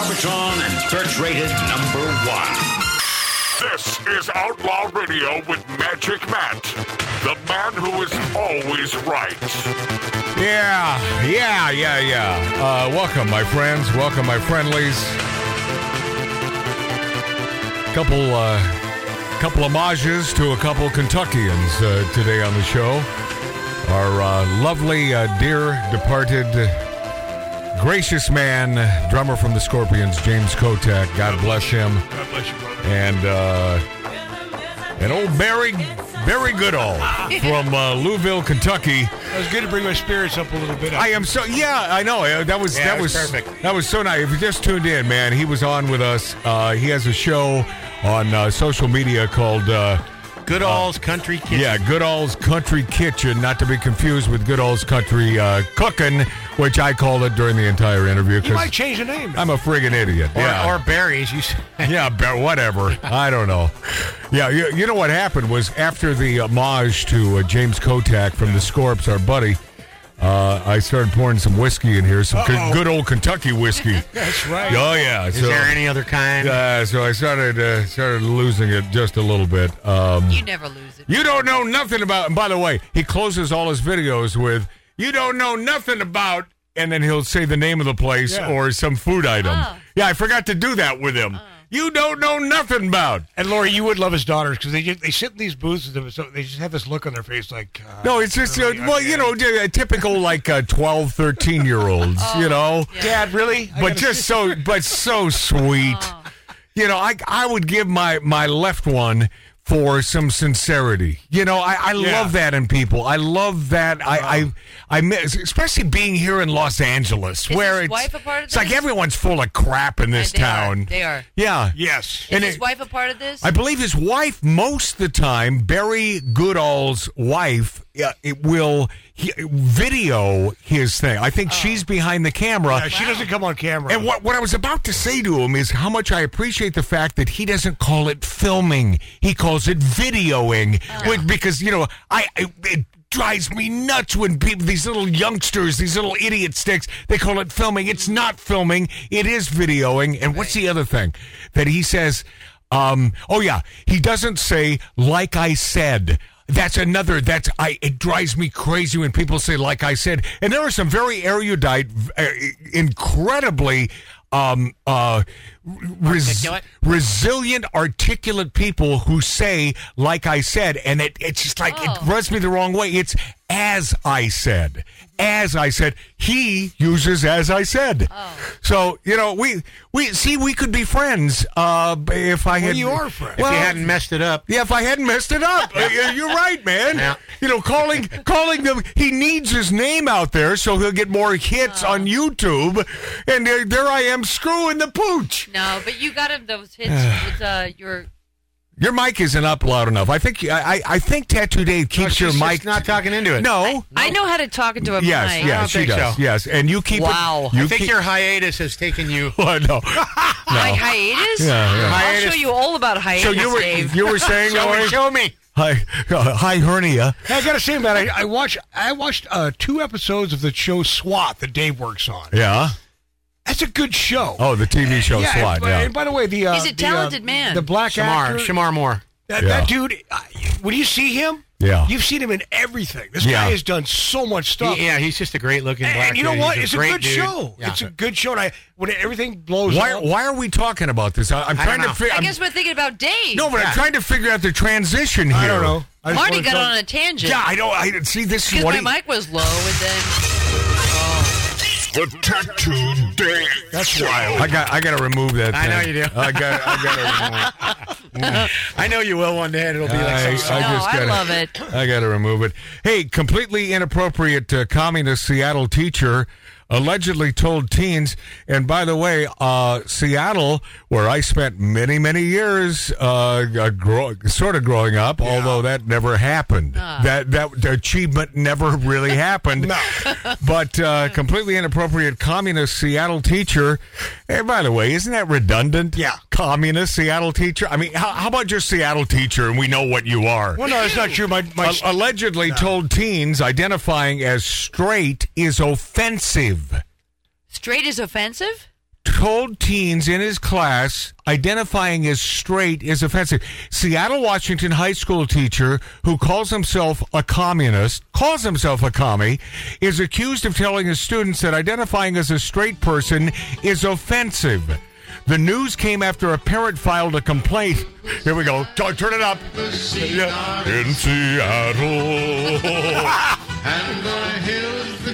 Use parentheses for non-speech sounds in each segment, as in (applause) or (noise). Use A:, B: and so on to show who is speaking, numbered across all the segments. A: Search on and search rated number one.
B: This is Outlaw Radio with Magic Matt, the man who is always right.
C: Yeah, yeah, yeah, yeah. Uh, welcome, my friends. Welcome, my friendlies. Couple, uh, couple homages to a couple Kentuckians uh, today on the show. Our uh, lovely, uh, dear, departed, gracious man, drummer from the Scorpions, James Kotak. God bless him.
D: God bless you, brother.
C: And uh, and old Barry, Barry
D: (laughs)
C: Goodall from uh, Louisville, Kentucky.
D: It was good to bring my spirits up a little bit.
C: I am so yeah. I know uh, that was
D: Yeah,
C: that
D: it
C: was
D: was perfect.
C: that was so nice. If you just tuned in, man, he was on with us. Uh, he has a show on uh, social media called uh,
D: good all's country kid.
C: yeah Goodall's Country Kitchen, not to be confused with Goodall's Country uh, Cooking, which I called it during the entire interview
D: You might
C: because
D: change the name.
C: I'm a friggin' idiot.
D: or,
C: yeah,
D: or berries. You
E: (laughs)
D: s-
C: yeah, but whatever. I don't know. Yeah, you, you know what happened was after the homage to uh, James Kotak from the Scorps, our buddy, uh, I started pouring some whiskey in here, some good,
D: Uh-oh.
C: good old Kentucky whiskey.
D: (laughs) That's right.
C: Oh yeah.
D: Is
C: so,
D: there any other kind?
C: uh, so I started uh, started losing it just a little bit. Um,
F: You never lose it.
C: you don't know nothing about. And by the way, he closes all his videos with "You don't know nothing about," and then he'll say the name of the place
D: Yeah.
C: or some food item.
F: Oh.
C: Yeah, I forgot to do that with him. You don't know nothing about.
D: and Lori, you would love his daughters because they just, they sit in these booths and they're so, they just have this look on their face like uh,
C: No, it's just uh,
D: really,
C: well, you
D: okay.
C: know, a typical like uh, 12, 13 year olds,
F: Oh,
C: you know.
D: Dad, really? I
C: But
D: gotta
C: just
D: see-
C: so, but so sweet.
F: Oh.
C: You know, I I would give my my left one for some sincerity. You know, I, I
D: Yeah.
C: love that in people. I love that. I I I miss, especially being here in Los Angeles,
F: Is
C: where
F: his
C: it's
F: wife a part of
C: it's like
F: this?
C: everyone's full of crap in this
F: Yeah, they are.
C: town.
F: They are.
C: Yeah,
D: yes,
F: Is
C: And
F: his
C: it-
F: wife a part of this?
C: I believe his wife, most of the time, Barry Goodall's wife, uh, it will he, video his thing. I think she's behind the camera.
D: Yeah, she doesn't come on camera.
C: and what, what I was about to say to him is how much I appreciate the fact that he doesn't call it filming. He calls it videoing. Which- because, you know, I it, it drives me nuts when people, these little youngsters, these little idiot sticks, they call it filming. It's not filming, it is videoing. And what's the other thing that he says? Um, oh yeah, he doesn't say like I said. That's another. That's I. It drives me crazy when people say like I said. And there are some very erudite, v- uh, incredibly um, uh, res-
F: Articulate.
C: resilient, articulate people who say like I said, and it it's just like it
F: Oh.
C: rubs me the wrong way. It's as I said. As I said, he uses as I said. So you know, we we see we could be friends uh, b- if I had
D: you are friends. If
C: Well,
E: if you hadn't messed it up.
C: yeah, if I hadn't messed it up,
E: (laughs)
C: Uh, yeah, you're right, man.
E: Yeah.
C: You know, calling calling them. He needs his name out there so he'll get more hits on YouTube. And there, there I am screwing the pooch.
F: no, but you got him
C: (sighs)
F: those hits with uh, your.
C: Your mic isn't up loud enough. I think I I, I think Tattoo Dave keeps
E: Oh, she's
C: your
E: just
C: mic
E: not talking into it.
C: No.
F: I know how to talk into a
C: yes,
F: mic.
C: yes, she
E: think
C: does.
E: so.
C: Yes, and you keep. it-
F: Wow.
C: you
E: I think
C: keep, (laughs)
E: your hiatus has taken
D: (laughs)
E: you.
C: Oh, no.
F: My
C: no. Yeah,
F: hiatus?
C: yeah.
F: I'll
E: Hiatus.
F: show you all about hiatus,
C: So you were
F: Dave.
C: you were saying
E: Show me,
C: Lori?
E: show me.
C: Hi, uh, hi hernia.
D: Hey, I gotta say, man, I, I watched I watched uh, two episodes of the show SWAT that Dave works on.
C: Yeah.
D: That's a good show.
C: Oh, the TV show
D: yeah,
C: slot.
D: And, by-
C: Yeah.
D: and by the way, the uh,
F: He's a
D: the,
F: talented
D: uh,
F: man.
D: The black
E: Shamar,
D: actor,
E: Shamar Moore.
D: That,
C: Yeah.
D: that dude. Uh, when you see him,
C: Yeah.
D: you've seen him in everything. This
C: Yeah.
D: guy has done so much stuff.
E: He- yeah, he's just a great looking
D: And,
E: black
D: and you know
E: dude.
D: what?
E: He's
D: It's
E: a
D: a
E: great
D: good
E: dude.
D: show.
E: Yeah.
D: It's a good show. And I when everything blows
C: Why,
D: up,
C: why are we talking about this? I, I'm
E: I don't
C: trying to
E: know.
C: figure.
F: I guess we're thinking about Dave.
C: No, but I'm trying to figure out the transition here.
D: I don't know. I just
F: Marty
D: wanna
F: got
D: tell-
F: on a tangent.
C: Yeah, I don't. I didn't see this. is
F: Because
C: What
F: my
C: he-
F: mic was low, and then
B: The Tattooed Dave.
D: That's wild.
C: I got. I got to remove that.
E: I know
C: thing.
E: you do.
C: I got. I got to remove. it.
E: (laughs) I know you will one day, and it'll be like
C: I,
E: some song.
F: No,
C: just
F: I
C: gotta,
F: love it.
C: I got to remove it. Hey, completely inappropriate uh, communist Seattle teacher allegedly told teens. And by the way, uh, Seattle, where I spent many, many years, uh, uh, grow, sort of growing up, although that never happened.
D: Ah.
C: That that achievement never really
D: (laughs)
C: happened. But uh, completely inappropriate communist Seattle teacher. And by the way, isn't that redundant?
D: Yeah.
C: communist Seattle teacher. I mean, how, how about just Seattle teacher, and we know what you are.
D: Well, no, it's not true. My my
C: A- allegedly told teens identifying as straight is offensive.
F: straight is offensive.
C: told teens in his class identifying as straight is offensive. Seattle, Washington high school teacher who calls himself a communist, calls himself a commie, is accused of telling his students that identifying as a straight person is offensive. The news came after a parent filed a complaint. Here we go. Tu- Turn it up. In Seattle.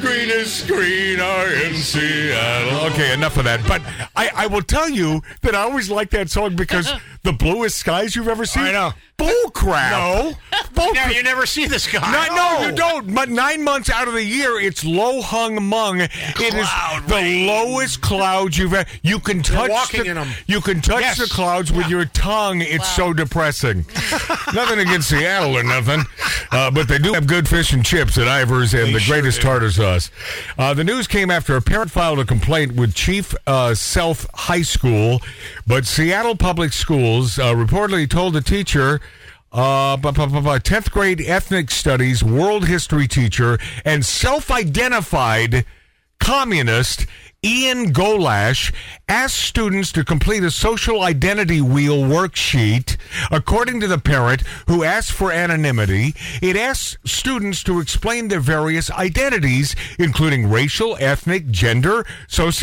C: greenest green are in Seattle. Okay, enough of that. But I, I will tell you that I always like that song (laughs) because the bluest skies you've ever seen. I know. Bull crap. (laughs) No. Bull
E: Now
C: crap.
E: you never see this guy.
C: No, no, you don't. But nine months out of the year, it's low hung mung. it is
E: Cloud
C: the
E: rain.
C: lowest clouds you've ever. You can touch
E: walking
C: the,
E: in 'em.
C: You can touch
E: Yes.
C: the clouds with your tongue. It's so depressing. nothing against Seattle or nothing, uh, but they do have good fish and chips at Ivers and the greatest tartar sauce. Uh, the news came after a parent filed a complaint with Chief uh, Self High School, but Seattle Public Schools uh, reportedly told the teacher uh, bu- bu- bu- bu- 10th grade ethnic studies world history teacher and self identified communist Ian Golash asked students to complete a social identity wheel worksheet. According to the parent who asked for anonymity, it asks students to explain their various identities, including racial, ethnic, gender,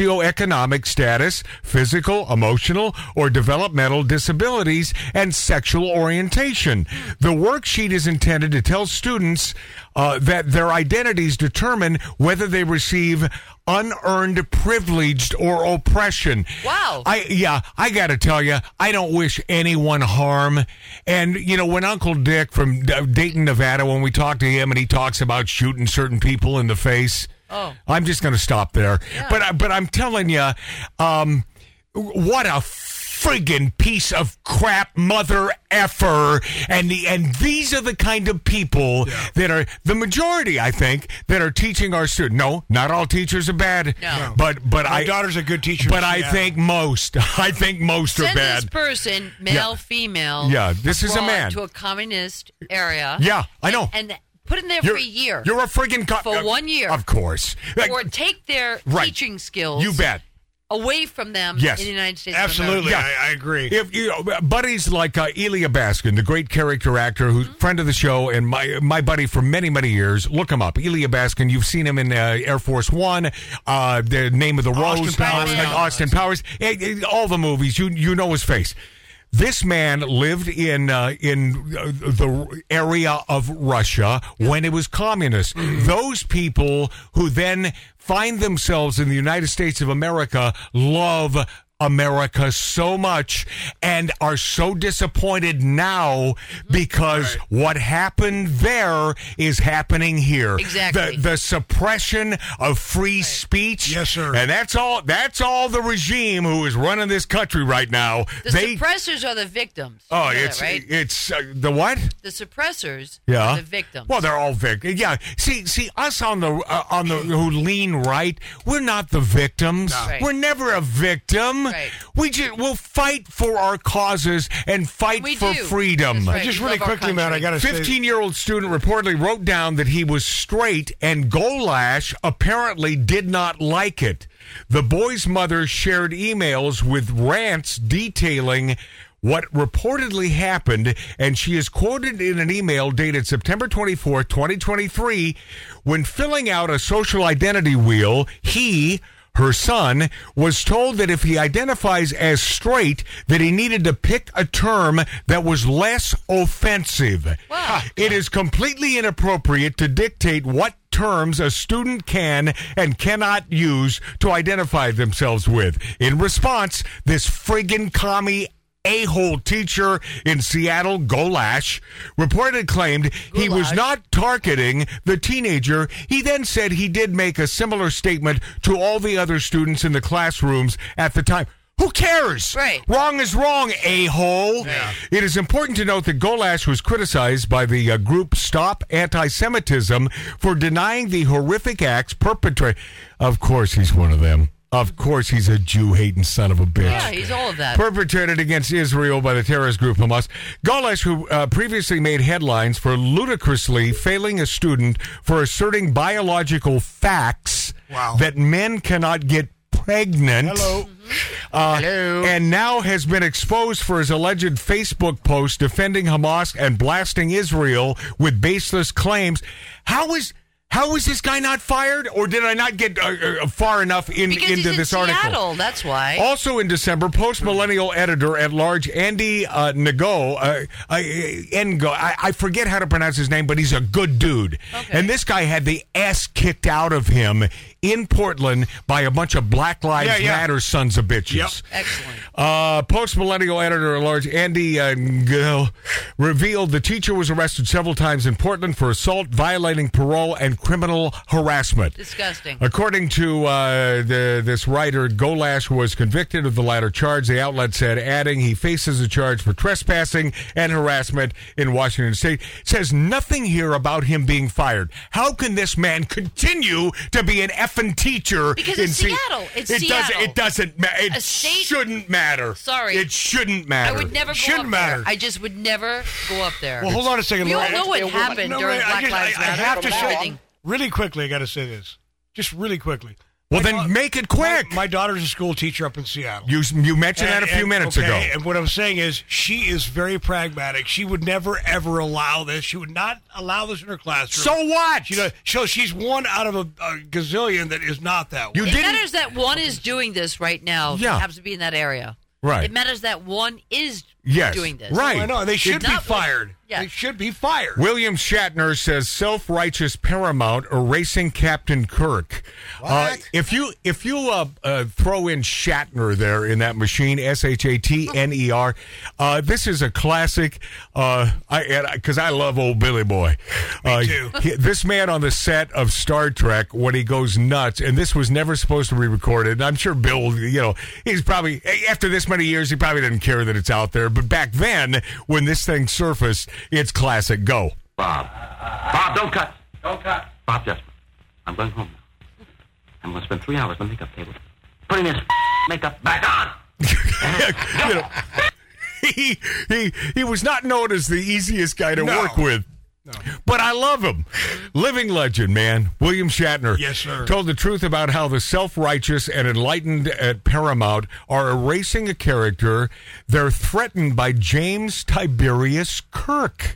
C: socioeconomic status, physical, emotional, or developmental disabilities, and sexual orientation. The worksheet is intended to tell students uh, that their identities determine whether they receive unearned privileged or oppression.
F: Wow.
C: I yeah, I got to tell you, I don't wish anyone harm. And you know, when Uncle Dick from D- Dayton, Nevada, when we talk to him and he talks about shooting certain people in the face,
F: Oh.
C: I'm just going to stop there. But I, but I'm telling you, um, what a friggin' piece of crap, mother effer, and the and these are the kind of people that are the majority, I think, that are teaching our students. No, not all teachers are bad.
F: No.
C: But but
D: My
C: I
D: daughter's a good teacher.
C: but I
D: Yeah.
C: think most, (laughs) I think most are
F: Send this
C: bad.
F: person, male, female.
C: Yeah, this is a
F: abroad
C: man.
F: to a communist area.
C: Yeah, I know.
F: and put in there for a year.
C: You're a friggin' co-
F: For
C: uh,
F: one year.
C: of course. Like,
F: or take their
C: Right.
F: teaching skills.
C: you bet.
F: away from them
C: Yes.
F: in the United States. of
D: Absolutely,
C: Yeah.
D: I, I agree.
C: If you know, buddies like uh, Elia Baskin, the great character actor, who's
F: Mm-hmm.
C: friend of the show and my my buddy for many many years, look him up. Elia Baskin, you've seen him in uh, Air Force One, uh, the Name of the
D: Austin
C: Rose,
D: Powers.
C: like Austin Powers, eh, eh, all the movies. You you know his face. This man lived in uh, in uh, the area of Russia when it was communist.
D: Mm-hmm.
C: Those people who then find themselves in the United States of America love America so much and are so disappointed now
D: Mm-hmm.
C: because what happened there is happening here.
F: Exactly.
C: The, the suppression of free speech.
D: Yes, sir.
C: And that's all that's all the regime who is running this country right now.
F: The suppressors are the victims. You
C: Oh,
F: know that,
C: it's
F: right.
C: it's uh, the what?
F: the suppressors
C: Yeah,
F: are the victims.
C: Well, they're all victims. Yeah, see, see, us on the uh, on the who lean right, we're not the victims.
F: Right.
C: We're never a victim.
F: Right.
C: We just we'll fight for our causes and fight
F: We
C: for
F: do.
C: freedom.
F: That's right.
D: Just
F: We
D: really
F: love our
D: quickly, man, I
F: country.
D: got to say,
C: 15 year old student reportedly wrote down that he was straight, and Golash apparently did not like it. The boy's mother shared emails with rants detailing what reportedly happened, and she is quoted in an email dated September 24, 2023, when filling out a social identity wheel, he her son was told that if he identifies as straight that he needed to pick a term that was less offensive
F: Wow.
C: it is completely inappropriate to dictate what terms a student can and cannot use to identify themselves with in response this friggin commie a-hole teacher in Seattle, Golash, reported claimed he was not targeting the teenager. He then said he did make a similar statement to all the other students in the classrooms at the time. Who cares?
F: Right.
C: Wrong is wrong, a hole. It is important to note that Golash was criticized by the uh, group Stop Anti Semitism for denying the horrific acts perpetrated. Of course, he's one of them. Of course, he's a Jew hating son of a bitch
F: yeah, he's all of that.
C: perpetrated against Israel by the terrorist group Hamas. Golash, who uh, previously made headlines for ludicrously failing a student for asserting biological facts
D: Wow.
C: that men cannot get pregnant. Uh,
E: Hello. Hello.
C: And now has been exposed for his alleged Facebook post defending Hamas and blasting Israel with baseless claims. How is how is this guy not fired, or did I not get uh, uh, far enough in,
F: Because
C: into
F: he's in
C: this article? Oh.
F: Seattle, that's why.
C: Also in December, post millennial editor at large Andy uh, Ngo, uh, uh, Ngo I, I forget how to pronounce his name, but he's a good dude.
F: Okay.
C: And this guy had the ass kicked out of him in Portland by a bunch of Black Lives
D: Yeah, yeah.
C: Matter sons of bitches.
F: Excellent.
C: Uh, Post millennial editor at large Andy uh, Ngo revealed the teacher was arrested several times in Portland for assault, violating parole, and criminal harassment.
F: Disgusting.
C: According to uh, the, this writer, Golash was convicted of the latter charge. The outlet said, adding, he faces a charge for trespassing and harassment in Washington State. Says nothing here about him being fired. How can this man continue to be an effing teacher?
F: Because
C: in
F: it's
C: Se-
F: Seattle. It's
C: it
F: Seattle.
C: Doesn't, it doesn't matter. It
F: A state-
C: shouldn't matter.
F: Sorry.
C: It shouldn't
F: I
C: matter.
F: would never go
D: Shouldn't
F: up
D: matter.
F: there. I just would never go up there.
D: Well, hold on a second.
F: We all
D: Lorraine.
F: know what happened
D: No,
F: during
D: Ray, I
F: Black
D: just- I-
F: Lives
D: I
F: Matter.
D: have to
F: Everything.
D: say, really quickly, I got to say this. Just really quickly.
C: Well,
D: My
C: then
D: daugh-
C: make it quick.
D: My, my daughter's a school teacher up in Seattle.
C: you, you mentioned that a
D: And-
C: few
D: and-
C: minutes
D: okay,
C: ago.
D: And what I'm saying is, she is very pragmatic. She would never, ever allow this. She would not allow this in her classroom.
C: so what?
D: She does, so she's one out of a, a gazillion that is not that way.
C: you
F: It
C: didn't.
F: matters that one is doing this right now.
C: Yeah.
F: Yeah. Happens to be in that area.
C: Right.
F: It matters that one is
C: Yes.
F: doing this.
C: Right.
D: I know. and They should be
F: not-
D: fired.
F: Yeah.
D: They should be fired.
C: William Shatner says self-righteous Paramount erasing Captain Kirk. Uh, if you if you uh, uh, throw in Shatner there in that machine, S H A T N E R, uh, this is a classic. Uh, I because I love old Billy Boy. Uh,
D: too.
C: he- this man on the set of Star Trek when he goes nuts, and this was never supposed to be recorded. And I'm sure Bill, you know, he's probably after this many years, he probably didn't care that it's out there. But back then, when this thing surfaced, it's classic. Go.
G: Bob. Bob, don't cut. Don't cut. Bob Jesper. I'm going home now. I'm going to spend three hours on the makeup table. Putting this makeup back on.
C: you know, (laughs) he, he he was not known as the easiest guy to
D: No.
C: work with. But I love him. Living legend, man. William Shatner.
D: Yes, sir.
C: Told the truth about how the self righteous and enlightened at Paramount are erasing a character. They're threatened by James Tiberius Kirk.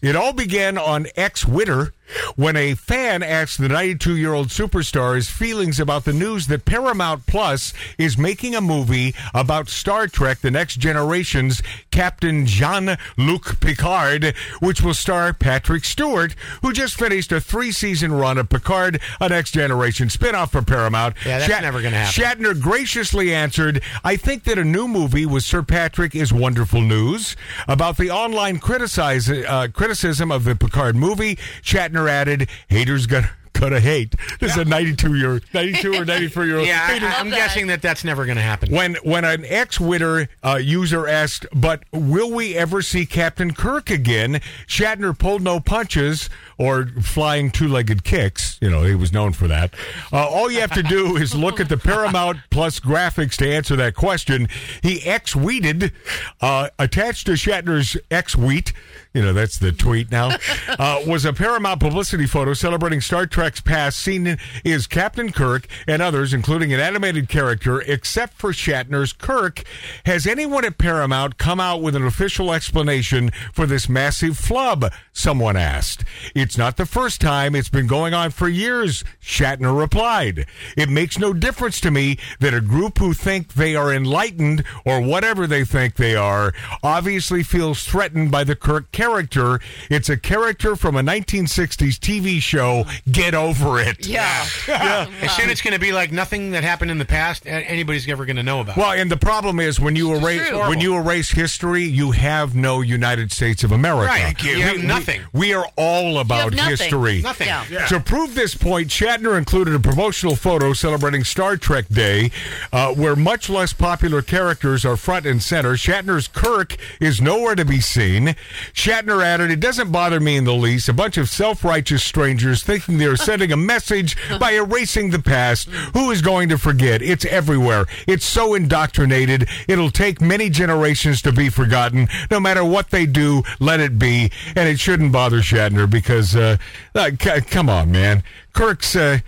C: It all began on X Witter when a fan asked the 92 year old superstar his feelings about the news that Paramount Plus is making a movie about Star Trek The Next Generation's Captain Jean Luc Picard, which will star Patrick Stewart, who just finished a three season run of Picard, a Next Generation spinoff for Paramount.
E: Yeah, that's never gonna happen.
C: Shatner graciously answered, I think that a new movie with Sir Patrick is wonderful news. About the online criticize, uh, criticism of the Picard movie, Shatner added, haters gonna, gonna hate. This is a 92 year, 92 or 93 year old.
E: (laughs) Yeah,
C: Haters-
E: I, I'm guessing that that's never going to happen.
C: when when an ex Witter uh, user asked, "But will we ever see Captain Kirk again?" Shatner pulled no punches or flying two-legged kicks. You know he was known for that. Uh, all you have to do is look at the Paramount Plus graphics to answer that question. He ex weeded uh, attached to Shatner's ex wheat. You know that's the tweet now. Uh, was a Paramount publicity photo celebrating Star Trek's past. Seen is Captain Kirk and others, including an animated character, except for Shatner's Kirk. Has anyone at Paramount come out with an official explanation for this massive flub? Someone asked. It's not the first time. It's been going on for years, Shatner replied. It makes no difference to me that a group who think they are enlightened or whatever they think they are obviously feels threatened by the Kirk character. It's a character from a 1960s TV show. Get over it.
F: Yeah. (laughs)
E: And soon it's going to be like nothing that happened in the past. a- Anybody's ever going to know about.
C: Well, and the problem is when you erase
F: true.
C: when you erase history, you have no United States of America.
E: Right. Thank you. You have
C: We-
E: nothing.
C: We, we are all about
F: nothing.
C: history.
E: nothing.
F: Yeah.
C: To prove this point, Shatner included a promotional photo celebrating Star Trek Day, uh, where much less popular characters are front and center. Shatner's Kirk is nowhere to be seen. Shatner added, It doesn't bother me in the least. A bunch of self righteous strangers thinking (laughs) they're sending a message by erasing the past. Who is going to forget? It's everywhere. It's so indoctrinated. It'll take many generations to be forgotten. No matter what they do, let it be. And it shouldn't bother Shatner because, uh, uh, c- come on, man. Kirk's, uh,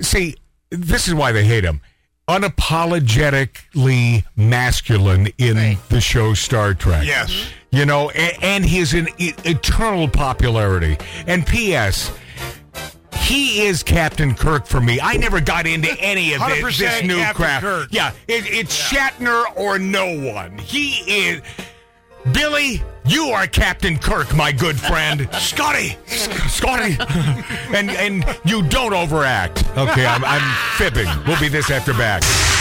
C: see, this is why they hate him. unapologetically masculine in the show Star Trek.
D: Yes.
C: You know, and, and he is in e- eternal popularity. And P.S. He is Captain Kirk for me. I never got into any of this,
D: 100%
C: this new
D: Captain
C: crap.
D: Kirk.
C: Yeah, it, it's Shatner or no one. He is. Billy, you are Captain Kirk, my good friend. Scotty, Sc- Scotty, and and you don't overact. Okay, I'm, I'm fibbing. We'll be this after back.